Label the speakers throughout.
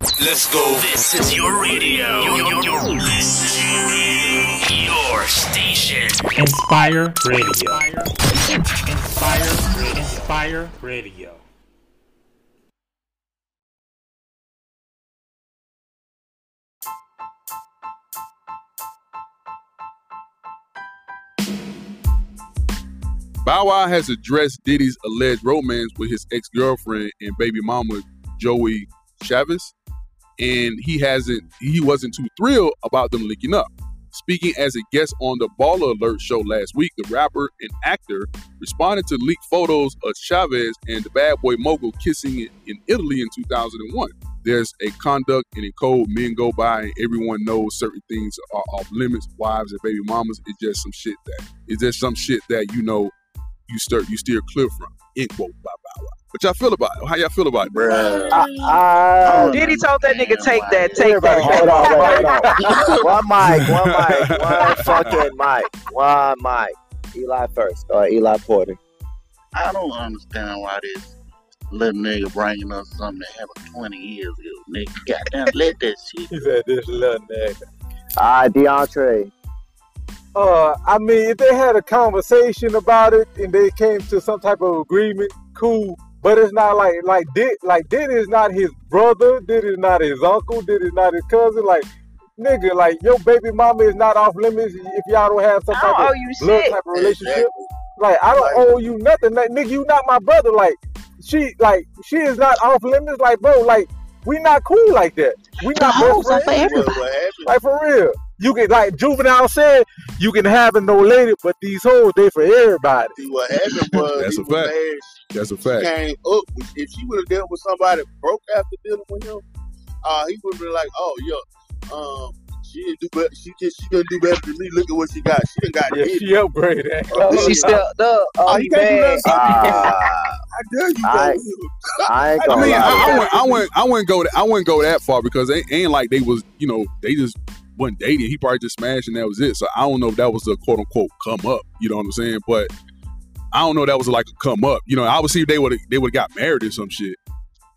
Speaker 1: Let's go.
Speaker 2: This is your radio. Your, your, your, this is your radio. Your station.
Speaker 3: Inspire Radio. Inspire, Inspire Radio.
Speaker 4: Bow Wow has addressed Diddy's alleged romance with his ex girlfriend and baby mama Joey Chavez, and he hasn't he wasn't too thrilled about them linking up. Speaking as a guest on the Baller Alert show last week, the rapper and actor responded to leaked photos of Chavez and the bad boy mogul kissing in- in Italy in 2001. There's a conduct and a code men go by, and everyone knows certain things are off limits. Wives and baby mamas, it's just some shit that it's just some shit that you know you steer you steer clear from. End quote. Bye bye. What y'all feel about it? How y'all feel about it?
Speaker 5: I, I,
Speaker 6: Diddy told that nigga take that, take
Speaker 5: Everybody,
Speaker 6: that.
Speaker 5: hold on, wait, hold on. one mic, one mic, one fucking mic, one mic. Eli first, or Eli Porter.
Speaker 7: I don't understand why this little nigga bringing us something that happened 20 years ago. Nigga, goddamn, let that shit.
Speaker 8: He said this little nigga.
Speaker 5: All right, DeAndre.
Speaker 8: Uh, I mean, if they had a conversation about it and they came to some type of agreement, cool. But it's not like like did like did is not his brother, did is not his uncle, did is not his cousin. Like nigga, like your baby mama is not off limits if y'all don't have some
Speaker 6: I
Speaker 8: type of
Speaker 6: don't owe Oh, you
Speaker 8: love
Speaker 6: shit.
Speaker 8: type of relationship. Like I don't owe you nothing. Like nigga, you not my brother. Like she like she is not off limits. Like bro, like we not cool like that. We not best friends.
Speaker 7: What, what happened?
Speaker 8: Like for real. You can like juvenile said, you can have it no later, but these hoes they for everybody.
Speaker 7: See, what happened was
Speaker 4: That's
Speaker 7: he
Speaker 4: a
Speaker 7: was
Speaker 4: fact.
Speaker 7: mad.
Speaker 4: That's a
Speaker 7: She
Speaker 4: fact.
Speaker 7: came up. with- If she would have dealt with somebody broke after dealing with him, uh, he would have been like, "Oh, yeah, um, she didn't do better. She just she gonna do better than me. Look at what she got. She done got
Speaker 8: Yeah,
Speaker 7: it.
Speaker 8: she upgraded.
Speaker 6: She stepped up.
Speaker 7: uh,
Speaker 6: Oh,
Speaker 7: Oh,
Speaker 6: he
Speaker 7: you can't do
Speaker 6: bad.
Speaker 7: that.
Speaker 5: Ah,
Speaker 7: I tell you,
Speaker 5: I-
Speaker 7: though.
Speaker 5: I ain't
Speaker 4: I
Speaker 5: gonna
Speaker 4: mean, I, I
Speaker 5: lie.
Speaker 4: wouldn't, I wouldn't, I wouldn't go, that, I wouldn't go that far because they ain't like they was, you know, they just wasn't dating. He probably just smashed and that was it. So I don't know if that was a quote unquote come up. You know what I'm saying? But I don't know if that was like a come up. You know, I would see if they would, they would have got married or some shit.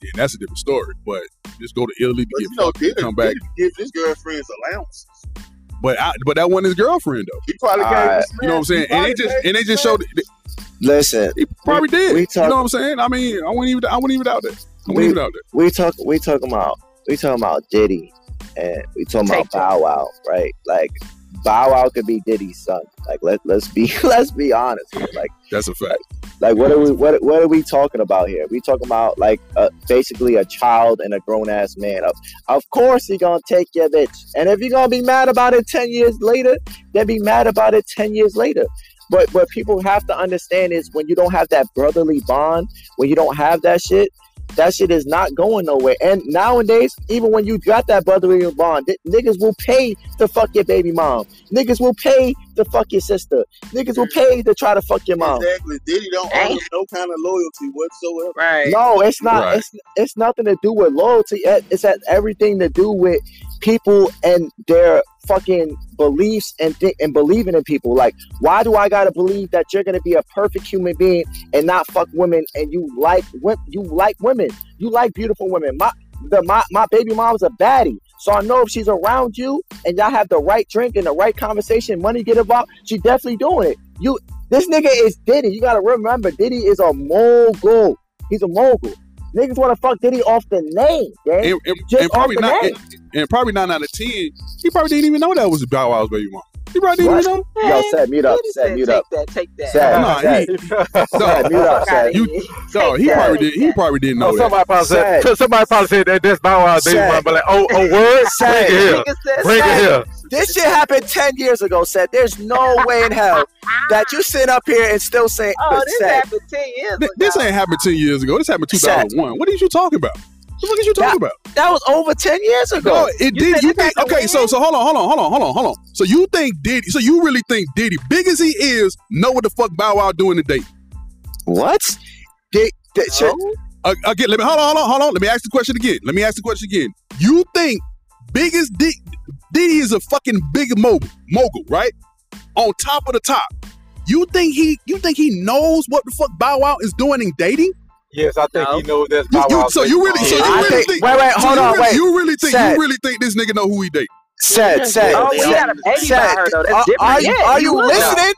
Speaker 4: Then that's a different story. But just go to Italy to
Speaker 7: But
Speaker 4: get
Speaker 7: you know, did
Speaker 4: come back.
Speaker 7: give his girlfriend's allowance.
Speaker 4: But I, but that wasn't his girlfriend though.
Speaker 7: He probably
Speaker 5: All
Speaker 7: gave her
Speaker 5: right.
Speaker 7: smack.
Speaker 4: You know what I'm saying?
Speaker 7: He
Speaker 4: And
Speaker 7: probably
Speaker 4: they just,
Speaker 7: gave
Speaker 4: and they
Speaker 7: her
Speaker 4: just
Speaker 7: smack.
Speaker 4: showed.
Speaker 5: Listen,
Speaker 4: He probably did.
Speaker 5: we talk-
Speaker 4: you know what I'm saying? I mean, I wouldn't even, I wouldn't even doubt that. I wouldn't
Speaker 5: We-
Speaker 4: even doubt that.
Speaker 5: we talk we talking about we talking about Diddy and we talking about
Speaker 6: Take two.
Speaker 5: Bow Wow, right? Like Bow Wow could be Diddy's son. Like let let's be let's be honest. here. Like
Speaker 4: That's a fact.
Speaker 5: like what are we what what are we talking about here? We talking about like uh, basically a child and a grown ass man. Of of course he gonna take your bitch, and if you gonna be mad about it ten years later, then be mad about it ten years later. But what people have to understand is when you don't have that brotherly bond, when you don't have that shit, that shit is not going nowhere. And nowadays, even when you got that brotherly bond, th- niggas will pay to fuck your baby mom. Niggas will pay to fuck your sister. Niggas will pay to try to fuck your mom.
Speaker 7: Exactly. Diddy don't
Speaker 6: Ain't-
Speaker 7: owe him no kind of loyalty whatsoever.
Speaker 6: Right.
Speaker 5: No, it's not.
Speaker 4: Right.
Speaker 5: It's it's nothing to do with loyalty. It- It's had everything to do with people and their fucking beliefs and thi- and believing in people. Like, why do I gotta believe that you're gonna be a perfect human being and not fuck women? And you like wo- you like women. You like beautiful women. My the my, my baby mom's a baddie. So I know if she's around you and y'all have the right drink and the right conversation, money get involved, she definitely doing it. You this nigga is Diddy. You gotta remember Diddy is a mogul. He's a mogul. Niggas want to fuck Diddy off the name, man.
Speaker 4: and, and,
Speaker 5: Just
Speaker 4: and probably
Speaker 5: off the
Speaker 4: not
Speaker 5: bat.
Speaker 4: and, and probably nine out of ten. He probably didn't even know that was Bow Wow's baby mom. He probably didn't even know.
Speaker 5: Yo, set mute up,
Speaker 6: Diddy
Speaker 5: set
Speaker 6: said,
Speaker 5: mute
Speaker 6: take
Speaker 5: up,
Speaker 6: that, take that.
Speaker 5: set,
Speaker 4: Nah,
Speaker 5: set,
Speaker 4: he-
Speaker 5: set,
Speaker 4: No,
Speaker 5: mute up,
Speaker 6: Fuck outta
Speaker 5: set.
Speaker 4: you-
Speaker 6: here.
Speaker 4: no, he
Speaker 6: Take
Speaker 4: probably
Speaker 6: that.
Speaker 4: did. He probably didn't know
Speaker 8: Oh,
Speaker 4: that.
Speaker 8: somebody probably said,
Speaker 5: Sad.
Speaker 8: somebody probably said that that's Bow Wow baby
Speaker 5: Sad.
Speaker 8: mama. Like, oh, oh, word,
Speaker 5: Sad.
Speaker 8: bring it here,
Speaker 6: Nigga said
Speaker 8: bring
Speaker 6: sad.
Speaker 8: it here.
Speaker 5: This shit happened ten years ago, Seth. There's no way in hell that you sit up here and still say,
Speaker 6: Oh, this
Speaker 5: Seth,
Speaker 6: happened 10 years ago.
Speaker 4: Th- This ain't happened ten years ago. This happened two
Speaker 5: Sad.
Speaker 4: thousand one. What are you talking about? What the fuck is you talking about?
Speaker 5: that was over ten years ago.
Speaker 4: No, it
Speaker 6: You
Speaker 4: did.
Speaker 6: said
Speaker 4: You
Speaker 6: it's
Speaker 4: think?
Speaker 6: like a
Speaker 4: Okay, so
Speaker 6: win?
Speaker 4: so hold on, hold on, hold on, hold on, hold on. So you think Diddy? So you really think Diddy, big as he is, know what the fuck Bow Wow doing today?
Speaker 5: What? Did, did, shit,
Speaker 4: Uh, again, let me hold on, hold on, hold on. Let me ask the question again. Let me ask the question again. You think biggest D- Diddy is a fucking big mogul, mogul, right? On top of the top. You think he you think he knows what the fuck Bow Wow is doing in dating?
Speaker 8: Yes, I think
Speaker 6: No.
Speaker 8: he knows that's
Speaker 4: You,
Speaker 8: not
Speaker 4: you-
Speaker 8: what I was
Speaker 4: so you really,
Speaker 8: thinking.
Speaker 4: so you
Speaker 5: I
Speaker 4: really
Speaker 5: think-
Speaker 4: think,
Speaker 5: wait, wait,
Speaker 4: so
Speaker 5: hold
Speaker 4: you
Speaker 5: on,
Speaker 4: really,
Speaker 5: wait.
Speaker 4: you really think,
Speaker 5: Sad.
Speaker 4: you really think this nigga know who he date?
Speaker 5: Sad, sad.
Speaker 6: Oh, we
Speaker 5: sad.
Speaker 6: got a baby by
Speaker 5: Sad.
Speaker 6: her though.
Speaker 5: Are-
Speaker 6: That's different.
Speaker 5: Are,
Speaker 6: yeah,
Speaker 5: are
Speaker 6: he
Speaker 5: you
Speaker 6: was.
Speaker 5: listening?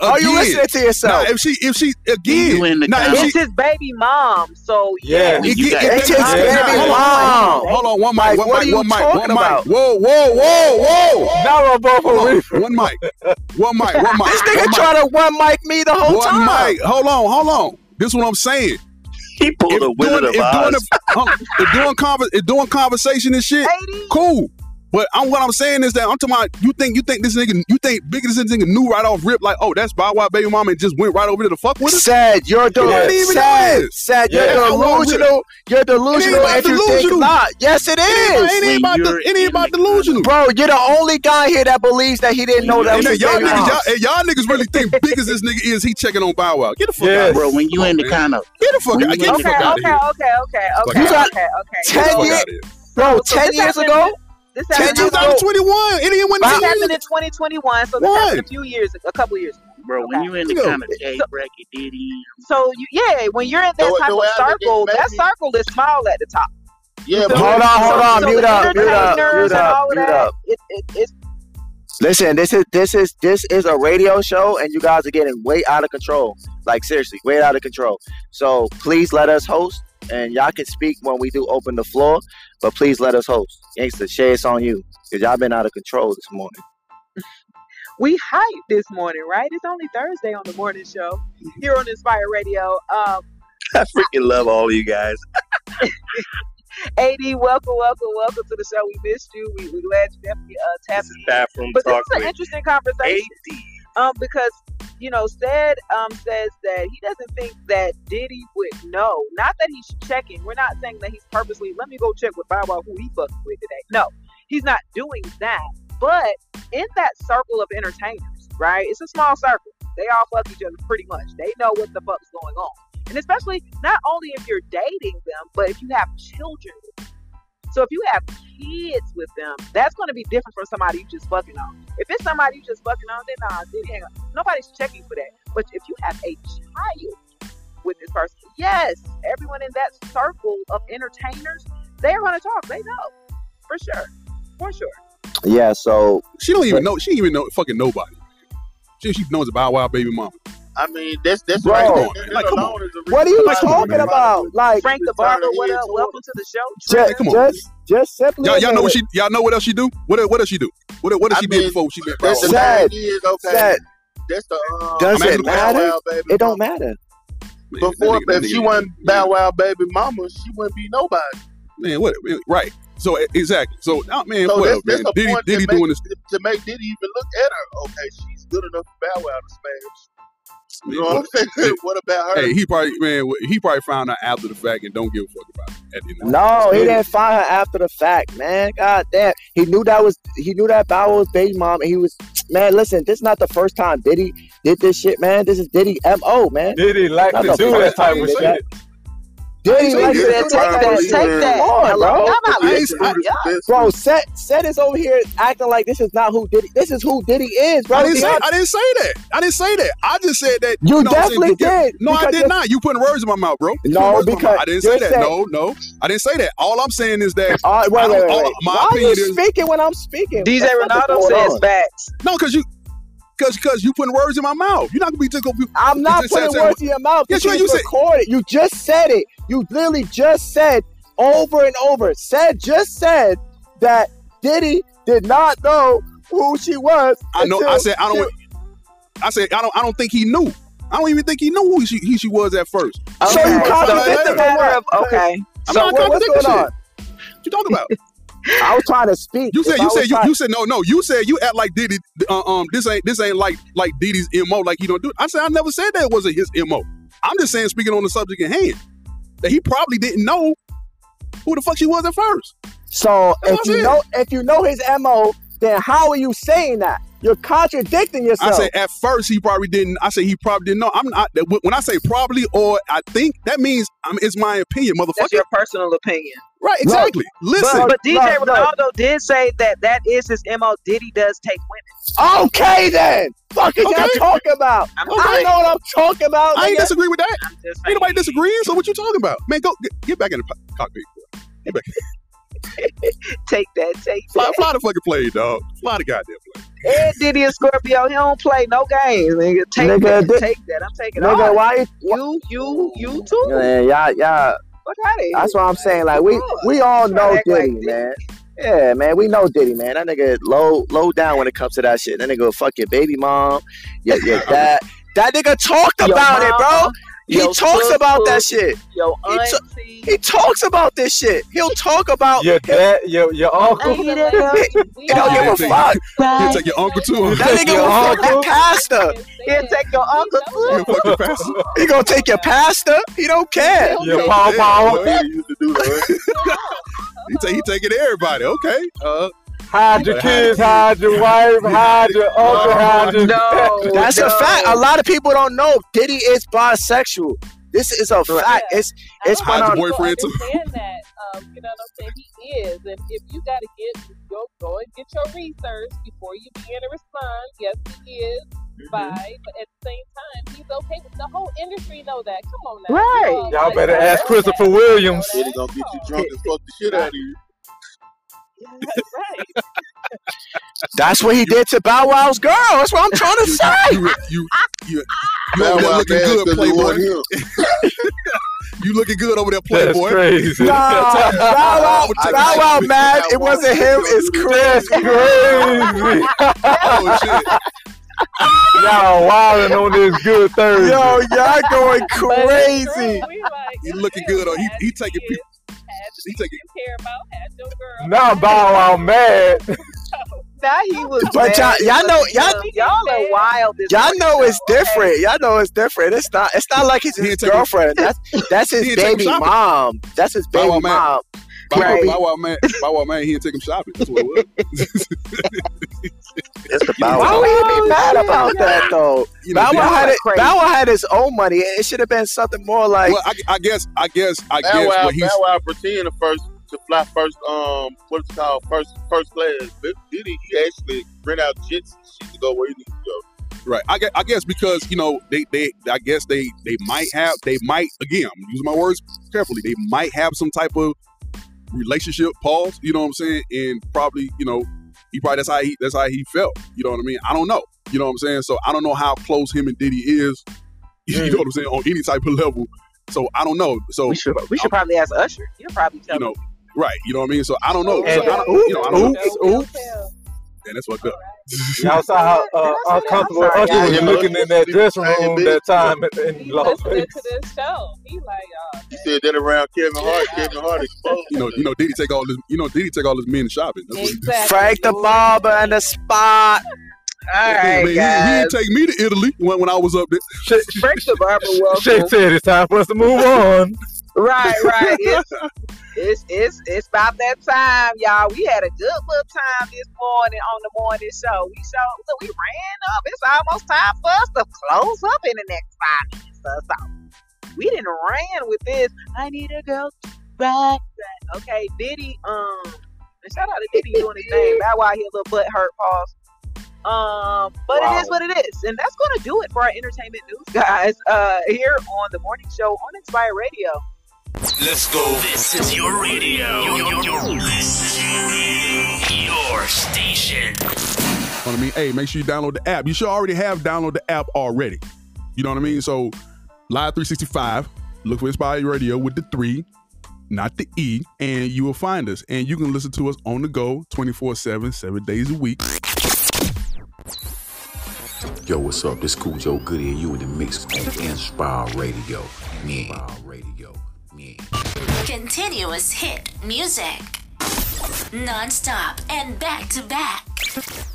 Speaker 5: Are you
Speaker 4: Again.
Speaker 5: listening to yourself?
Speaker 4: Now, if she, if she
Speaker 2: You in
Speaker 4: again,
Speaker 2: the
Speaker 4: now if
Speaker 2: comments.
Speaker 4: she,
Speaker 6: It's his baby mom, so yeah.
Speaker 8: Yeah.
Speaker 4: It
Speaker 2: You
Speaker 4: get-
Speaker 2: got-
Speaker 4: it
Speaker 5: It's
Speaker 4: get-
Speaker 5: his
Speaker 4: nah,
Speaker 5: baby
Speaker 4: hold on,
Speaker 5: mom.
Speaker 4: Hold on, one
Speaker 5: Like,
Speaker 4: mic, one
Speaker 5: what are
Speaker 4: mic,
Speaker 5: you
Speaker 4: one mic,
Speaker 5: talking
Speaker 4: one
Speaker 5: about?
Speaker 4: mic. Whoa, whoa, whoa, whoa.
Speaker 8: Now I'm both
Speaker 4: Hold
Speaker 8: for
Speaker 4: on,
Speaker 8: real.
Speaker 4: One mic, one mic, one mic.
Speaker 5: This
Speaker 4: one
Speaker 5: nigga
Speaker 4: mic,
Speaker 5: trying to one mic me the whole
Speaker 4: one
Speaker 5: time.
Speaker 4: mic. Hold on, hold on. This is what I'm saying.
Speaker 2: He pulled a Wizard of
Speaker 4: if doing,
Speaker 2: Oz.
Speaker 4: a, hold on. if doing conver- if doing conversation and shit,
Speaker 6: Lady,
Speaker 4: cool. But I'm what I'm saying is that I'm talking about you think you think this nigga you think bigger than this nigga knew right off rip like oh that's Bow Wow baby mama and just went right over to the fuck with us.
Speaker 5: Sad, you're del-
Speaker 8: It ain't
Speaker 4: even
Speaker 5: sad,
Speaker 4: that.
Speaker 5: sad. You're
Speaker 8: Yeah.
Speaker 5: delusional. You're delusional
Speaker 4: about
Speaker 5: if you think
Speaker 4: delusional.
Speaker 5: not. Yes, it
Speaker 4: It ain't,
Speaker 5: is,
Speaker 4: it ain't about the, it ain't about delusional.
Speaker 5: bro. You're the only guy here that believes that he didn't know that
Speaker 4: And
Speaker 5: was
Speaker 4: then
Speaker 5: his
Speaker 4: y'all
Speaker 5: baby
Speaker 4: niggas,
Speaker 5: mom.
Speaker 4: y'all, and y'all niggas really think big as this nigga is, he checking on Bow Wow. Get the fuck
Speaker 8: Yes.
Speaker 4: out of here.
Speaker 2: Bro, when you in the kind of
Speaker 4: Get the fuck out. Get the
Speaker 6: okay,
Speaker 4: fuck out of
Speaker 6: okay,
Speaker 4: here.
Speaker 6: okay, okay, okay,
Speaker 4: You
Speaker 5: got
Speaker 6: okay, okay.
Speaker 4: Get the
Speaker 5: Ten
Speaker 4: fuck
Speaker 5: years,
Speaker 4: out of here.
Speaker 5: bro.
Speaker 6: So
Speaker 5: Ten
Speaker 6: this
Speaker 5: years
Speaker 6: happened-
Speaker 5: ago,
Speaker 6: This
Speaker 5: Ten
Speaker 6: happened,
Speaker 5: years
Speaker 6: in-
Speaker 5: ago.
Speaker 4: 2021. It ain't
Speaker 6: this
Speaker 4: went
Speaker 6: happened in 2021, so this
Speaker 4: What?
Speaker 6: happened a few years, a couple years. ago.
Speaker 2: bro, when you in the
Speaker 4: Yo.
Speaker 2: kind of J bracket, Diddy,
Speaker 6: So you, yeah, when you're in that
Speaker 7: The way-
Speaker 6: type
Speaker 7: the
Speaker 6: of
Speaker 7: way I look at
Speaker 6: circle,
Speaker 7: it,
Speaker 6: that
Speaker 7: maybe-
Speaker 6: circle is small at the top.
Speaker 7: Yeah, but
Speaker 5: Hold on, hold
Speaker 6: So-
Speaker 5: on,
Speaker 6: so
Speaker 5: mute
Speaker 6: the
Speaker 5: up, mute up,
Speaker 6: entertainers
Speaker 5: mute
Speaker 6: and
Speaker 5: up,
Speaker 6: all of
Speaker 5: mute
Speaker 6: that,
Speaker 5: up.
Speaker 6: It, it, it's
Speaker 5: Listen, this is this is this is a radio show, and you guys are getting way out of control. Like seriously, way out of control. So please let us host, and y'all can speak when we do open the floor. But please let us host. Gangsta, share it's on you because y'all been out of control this morning.
Speaker 6: we hype this morning, right? It's only Thursday on the morning show here on Inspire Radio. Um,
Speaker 2: I freaking love all you guys.
Speaker 6: AD, welcome, welcome, welcome to the show. We missed you. We we glad you definitely uh, tapped in.
Speaker 2: room
Speaker 6: But this is an interesting conversation
Speaker 2: AD.
Speaker 6: um, because you know, said um, says that he doesn't think that Diddy would know. Not that he's checking. We're not saying that he's purposely. Let me go check with Bow Wow who he fucking with today. No, he's not doing that. But in that circle of entertainers, right? It's a small circle. They all fuck each other pretty much. They know what the fuck's going on. And especially not only if you're dating them, but if you have children. with them. So if you have kids with them, that's going to be different from somebody you just fucking on. If it's somebody you just fucking on, then nah, Diddy ain't Nobody's checking for that. But if you have a child with this person, yes, everyone in that circle of entertainers, they're going to talk. They know for sure. For sure.
Speaker 5: Yeah. So
Speaker 4: She don't even know. She don't even know fucking nobody. She, she knows about Wild Baby Mama.
Speaker 7: I mean, that's that's
Speaker 5: Bro,
Speaker 7: right. there. That
Speaker 4: like, come
Speaker 7: alone is a
Speaker 5: what are
Speaker 7: reason
Speaker 5: you
Speaker 7: why
Speaker 5: talking
Speaker 7: everybody
Speaker 5: about?
Speaker 7: would-
Speaker 5: Like
Speaker 6: Frank the
Speaker 7: Just turn
Speaker 6: Barber,
Speaker 7: the
Speaker 6: what
Speaker 7: head
Speaker 6: up?
Speaker 7: toward
Speaker 6: Welcome to the show.
Speaker 5: just,
Speaker 6: Trent.
Speaker 4: come on.
Speaker 5: just, just simply.
Speaker 4: Y'all, y'all know what
Speaker 5: admit
Speaker 4: she. Y'all know what else she do? What else- what does she do? What what does
Speaker 7: I
Speaker 4: she
Speaker 7: mean,
Speaker 4: did before she met Bow
Speaker 7: That's the
Speaker 4: Wow?
Speaker 5: Sad.
Speaker 7: thing is, okay.
Speaker 5: Sad.
Speaker 7: That's the um,
Speaker 5: Does
Speaker 7: I mean,
Speaker 4: it
Speaker 7: Bow Wow
Speaker 5: matter?
Speaker 7: baby
Speaker 5: it don't
Speaker 7: mama.
Speaker 5: matter.
Speaker 4: Man, that
Speaker 7: Before,
Speaker 4: nigga- that
Speaker 7: if
Speaker 4: nigga-
Speaker 7: she wasn't Bow Wow baby mama, she wouldn't be nobody.
Speaker 4: Man, what? man, Right. So e- exactly. So uh, man,
Speaker 7: So
Speaker 4: what
Speaker 7: that's,
Speaker 4: up,
Speaker 7: that's
Speaker 4: man?
Speaker 7: the
Speaker 4: Diddy,
Speaker 7: point
Speaker 4: Diddy
Speaker 7: to, make,
Speaker 4: doing this.
Speaker 7: to make Diddy even look at her. Okay, she's good enough for Bow Wow to smash. You
Speaker 4: man,
Speaker 7: know what I'm saying? What about
Speaker 4: what-
Speaker 7: her?
Speaker 4: hey, he probably man, he probably found out after the fact and don't give a fuck about it. At the end of the
Speaker 5: No, he
Speaker 4: Yeah.
Speaker 5: didn't find her after the fact, man. God damn, he knew that was he knew that Bow Wow was baby mom, and he was man. Listen, this is not the first time Diddy did this shit, man. This is Diddy mo, man.
Speaker 8: Diddy like
Speaker 5: That's
Speaker 8: to
Speaker 5: a
Speaker 8: do that
Speaker 5: fucking
Speaker 8: type of
Speaker 5: thing,
Speaker 8: shit.
Speaker 5: Diddy
Speaker 7: So
Speaker 5: like
Speaker 7: you
Speaker 5: to
Speaker 7: said
Speaker 5: do that
Speaker 7: take
Speaker 5: type
Speaker 7: that,
Speaker 5: shit.
Speaker 7: take that.
Speaker 5: Come on,
Speaker 6: Hello,
Speaker 5: bro.
Speaker 6: y'all not
Speaker 4: I-
Speaker 6: listening.
Speaker 4: I-
Speaker 6: Y'all-
Speaker 5: Bro, set set is over here acting like this is not who Diddy. This is who Diddy is, bro.
Speaker 4: I didn't, say,
Speaker 5: Y'all-
Speaker 4: I didn't say that. I didn't say that. I just said that.
Speaker 5: You
Speaker 4: know what I'm saying,
Speaker 5: definitely
Speaker 4: to get-
Speaker 5: did,
Speaker 4: No, I
Speaker 5: because
Speaker 4: did
Speaker 5: you're-
Speaker 4: not. You putting words in my mouth, bro. You
Speaker 5: No,
Speaker 4: putting words in my
Speaker 5: because
Speaker 4: mouth. I didn't say
Speaker 5: you're
Speaker 4: that.
Speaker 5: saying-
Speaker 4: no, no, I didn't say that. All I'm saying is that
Speaker 5: All right, wait,
Speaker 4: I
Speaker 5: wait,
Speaker 4: don't-
Speaker 5: wait,
Speaker 4: all-
Speaker 5: wait.
Speaker 4: my
Speaker 5: Why are you
Speaker 4: opinion is-
Speaker 5: speaking when I'm speaking?
Speaker 6: DJ
Speaker 5: What the fuck
Speaker 6: Ronaldo
Speaker 5: is going
Speaker 6: says
Speaker 5: on?
Speaker 6: facts.
Speaker 4: no, because you, because because you putting words in my mouth. You're not gonna be just gonna be.
Speaker 5: I'm not
Speaker 4: Say- say-
Speaker 5: putting
Speaker 4: say-
Speaker 5: words in your mouth.
Speaker 4: Yes,
Speaker 5: This
Speaker 4: right,
Speaker 5: shit
Speaker 4: you
Speaker 5: is
Speaker 4: said-
Speaker 5: recorded. You just said it. You literally just said over and over. Said just said that Diddy did not know who she was.
Speaker 4: I know.
Speaker 5: until
Speaker 4: I said I don't. I said I don't. I don't think he knew. I don't even think he knew who she, he, she was at first.
Speaker 5: So
Speaker 6: Okay,
Speaker 5: you
Speaker 4: contradicted
Speaker 6: it's a
Speaker 4: her.
Speaker 6: matter of- Okay.
Speaker 4: I'm
Speaker 5: So
Speaker 4: not
Speaker 5: what, what's going
Speaker 4: contradicting
Speaker 5: on?
Speaker 4: shit. What you talking about?
Speaker 5: I was trying to speak.
Speaker 4: You
Speaker 5: If
Speaker 4: said
Speaker 5: I
Speaker 4: you
Speaker 5: was
Speaker 4: said you,
Speaker 5: trying-
Speaker 4: you said no no. You said you act like Diddy. Uh, um, this ain't this ain't like like Diddy's mo. Like he don't do. It. I said I never said that wasn't his mo. I'm just saying speaking on the subject at hand that he probably didn't know who the fuck she was at first.
Speaker 5: So
Speaker 4: That's what I
Speaker 5: if you
Speaker 4: said.
Speaker 5: know if you know his mo, then how are you saying that? You're contradicting yourself.
Speaker 4: I said at first he probably didn't. I said he probably didn't know. I'm not that- when I say probably or I think that means I'm, it's my opinion, motherfucker.
Speaker 6: That's your personal opinion.
Speaker 4: Right, exactly. Listen,
Speaker 6: But DJ
Speaker 5: no, no.
Speaker 6: Ronaldo did say that that is his mo. Diddy does take women.
Speaker 5: Okay then. Fuck is y'all
Speaker 4: Okay.
Speaker 5: talking about?
Speaker 6: I'm,
Speaker 5: I
Speaker 6: just-
Speaker 5: know what I'm talking about.
Speaker 4: I ain't
Speaker 5: nigga.
Speaker 4: disagree with that.
Speaker 6: I'm just
Speaker 4: Ain't
Speaker 6: saying.
Speaker 4: nobody disagreeing. So what you talking about, man? Go get, get back in the po- cockpit.
Speaker 6: Take that, take
Speaker 4: Fly,
Speaker 6: that.
Speaker 4: fly the fucking plane, dog. Fly the goddamn plane.
Speaker 6: And Diddy and Scorpio, he don't play no games. Nigga, take
Speaker 5: Nigga,
Speaker 6: that,
Speaker 5: thi-
Speaker 6: take that. I'm taking all
Speaker 5: Nigga,
Speaker 6: that.
Speaker 5: why? why
Speaker 6: You, you, you too.
Speaker 5: man, y'all, y'all.
Speaker 6: Fuck out of here.
Speaker 5: That's what I'm saying. Like we, we all know Diddy, man. Yeah, man, we know Diddy, man. That nigga low, low down when it comes to that shit. That nigga fuck your baby mom, your, your dad. That nigga talked
Speaker 6: Your
Speaker 5: about it, bro.
Speaker 6: mama,
Speaker 5: He
Speaker 6: your
Speaker 5: talks about that
Speaker 6: sister,
Speaker 5: shit.
Speaker 6: Your
Speaker 5: He
Speaker 6: auntie.
Speaker 5: t- He talks about this shit. He'll talk about.
Speaker 8: Your dad, your your
Speaker 6: Ain't
Speaker 8: uncle.
Speaker 6: he that healthy? We
Speaker 5: He don't
Speaker 6: all
Speaker 4: Yeah,
Speaker 5: give a
Speaker 4: take-
Speaker 5: fuck.
Speaker 4: He'll take your uncle too.
Speaker 5: That nigga
Speaker 8: Your
Speaker 5: will fuck
Speaker 8: uncle?
Speaker 5: that pastor.
Speaker 6: He'll take your uncle
Speaker 4: He'll
Speaker 6: too.
Speaker 4: fuck your pastor.
Speaker 5: He gonna take your pastor. He don't care.
Speaker 8: Your
Speaker 4: Yeah,
Speaker 8: paw
Speaker 4: yeah,
Speaker 8: paw.
Speaker 7: Diddy used to do that.
Speaker 4: He, take he taking everybody. Okay. Uh,
Speaker 8: Hide your
Speaker 4: Hide
Speaker 8: kids,
Speaker 4: your
Speaker 8: hide your wife, hide your uncle, hide your
Speaker 6: No,
Speaker 5: That's
Speaker 6: no.
Speaker 5: a fact. A lot of people don't know Diddy is bisexual. This is a fact. It's it's
Speaker 4: I
Speaker 5: been
Speaker 4: don't
Speaker 5: on.
Speaker 4: know. boyfriend too.
Speaker 1: understand that. Um, you know what I'm saying? He is. And if you got to get, go, go and get your research before you begin to respond. Yes, he is.
Speaker 6: Mm-hmm.
Speaker 1: Bye. But at the same time, he's okay with the whole industry know that. Come on now.
Speaker 6: Right.
Speaker 1: You all
Speaker 8: Y'all
Speaker 1: like
Speaker 8: better
Speaker 1: that.
Speaker 8: ask Christopher Williams.
Speaker 1: You know
Speaker 7: Diddy
Speaker 1: that?
Speaker 7: gonna get you
Speaker 1: Come on.
Speaker 7: drunk and fuck the shit out of you.
Speaker 1: Right.
Speaker 5: That's what he did to Bow Wow's girl. That's what I'm trying to
Speaker 4: you,
Speaker 5: say.
Speaker 4: you, you, you, you
Speaker 7: Bow
Speaker 4: over there
Speaker 7: Wow
Speaker 4: looking
Speaker 7: mad
Speaker 4: good,
Speaker 7: 'cause it
Speaker 4: playboy.
Speaker 7: wasn't him.
Speaker 4: You looking good over there,
Speaker 8: That's
Speaker 4: playboy.
Speaker 8: crazy.
Speaker 5: Nah, Bow Wow,
Speaker 4: I- I-
Speaker 5: Bow Wow, mad. It wasn't him. It's
Speaker 8: That's
Speaker 5: Chris.
Speaker 8: crazy.
Speaker 4: Oh shit.
Speaker 8: Y'all wilding on this good Thursday.
Speaker 5: Yo, y'all going
Speaker 1: But it's
Speaker 5: crazy.
Speaker 1: true. We like, oh,
Speaker 4: He
Speaker 1: it's
Speaker 4: looking
Speaker 1: real.
Speaker 4: good on- he-
Speaker 1: Had
Speaker 4: he
Speaker 1: your
Speaker 4: taking
Speaker 1: kids, had the
Speaker 4: he taking-
Speaker 1: things you care about, had your girl.
Speaker 8: Now Bow Wow mad.
Speaker 6: Now he was.
Speaker 5: But y'all-
Speaker 6: mad.
Speaker 5: y'all know- y'all-
Speaker 6: y'all are wild. as
Speaker 5: Y'all know it's
Speaker 6: hell, okay?
Speaker 5: different. Y'all know it's different. It's not. It's not like it's
Speaker 4: He
Speaker 5: his
Speaker 4: ain't take him-
Speaker 5: girlfriend. That's that's
Speaker 4: He
Speaker 5: his
Speaker 4: ain't take him
Speaker 5: baby
Speaker 4: shopping.
Speaker 5: mom. That's his
Speaker 4: Bow Wow
Speaker 5: baby
Speaker 4: mad.
Speaker 5: mom.
Speaker 4: Bow Wow,
Speaker 5: Right.
Speaker 4: Bow Wow man, Bow Wow man, he didn't take him shopping. That's what it was.
Speaker 5: It's the Bow
Speaker 6: Wow.
Speaker 5: Wow. Why would he be mad about that though?
Speaker 4: You know,
Speaker 5: Bow Wow
Speaker 4: Diddy-
Speaker 5: had it.
Speaker 6: Crazy.
Speaker 5: Bow Wow had his own money. It it should have been something more like.
Speaker 4: well, I, I guess, I guess, I
Speaker 7: Bow
Speaker 4: guess
Speaker 7: Wow,
Speaker 4: what he's
Speaker 7: Bow Wow pretend to first to fly first. Um, what's it called? First, first class. But Diddy, he actually rent out jets and shit to go where he needs to go.
Speaker 4: Right. I guess, I guess because you know they they I guess they they might have they might again I'm using my words carefully they might have some type of relationship pause you know what I'm saying and probably you know he probably that's how he that's how he felt you know what I mean I don't know you know what I'm saying so I don't know how close him and Diddy is you know what I'm saying on any type of level so I don't know so
Speaker 6: We should, we should probably ask Usher. He'll probably tell
Speaker 4: you know right you know what I mean so I don't know
Speaker 1: And-
Speaker 4: so I don't, you know I don't know
Speaker 8: Oops, oops.
Speaker 4: and that's fucked up
Speaker 8: Y'all saw how uh,
Speaker 6: I'm
Speaker 8: uncomfortable
Speaker 6: sorry,
Speaker 8: Usher was
Speaker 7: y'all.
Speaker 8: looking in that dressing room that time in, in
Speaker 1: He
Speaker 8: Las
Speaker 1: listened
Speaker 8: Vegas.
Speaker 1: to this show. He like, oh,
Speaker 7: He said that around Kevin Hart. Kevin Hart exposed.
Speaker 4: you know
Speaker 7: him.
Speaker 4: you know Diddy take all this you know Diddy take all his men shopping that's what he
Speaker 1: exactly.
Speaker 5: Frank the barber and the spot.
Speaker 6: All
Speaker 4: Man,
Speaker 6: right,
Speaker 4: he, he
Speaker 6: guys.
Speaker 4: didn't take me to Italy when, when I was up there.
Speaker 6: Frank the barber,
Speaker 8: Shake
Speaker 6: welcome.
Speaker 8: said it's time for us to move on.
Speaker 6: Right, right. It's, it's it's it's about that time, y'all. We had a good little time this morning on the morning show. We show look, we ran up. It's almost time for us to close up in the next five minutes or so. We didn't ran with this. I need a girl to ride. that. Okay, Diddy. Um, and shout out to Diddy doing his thing. Bow Wow, he a little butt hurt, pause. Um, but
Speaker 8: Wow.
Speaker 6: it is what it is, and that's gonna do it for our entertainment news, guys. Uh, here on the morning show on Inspire Radio.
Speaker 2: Let's go. This is your radio. Your, your, your, this is your station.
Speaker 4: You know what I mean? Hey, make sure you download the app. You should already have downloaded the app already. You know what I mean? So Live 365, look for Inspired Radio with the three, not the E, and you will find us. And you can listen to us on the go 24-7, seven days a week.
Speaker 9: Yo, what's up? This Cool Joe Goody and you in the mix on Inspire Radio. Yeah. Inspire Radio. Yeah.
Speaker 10: Continuous hit music. Non-stop and back to back.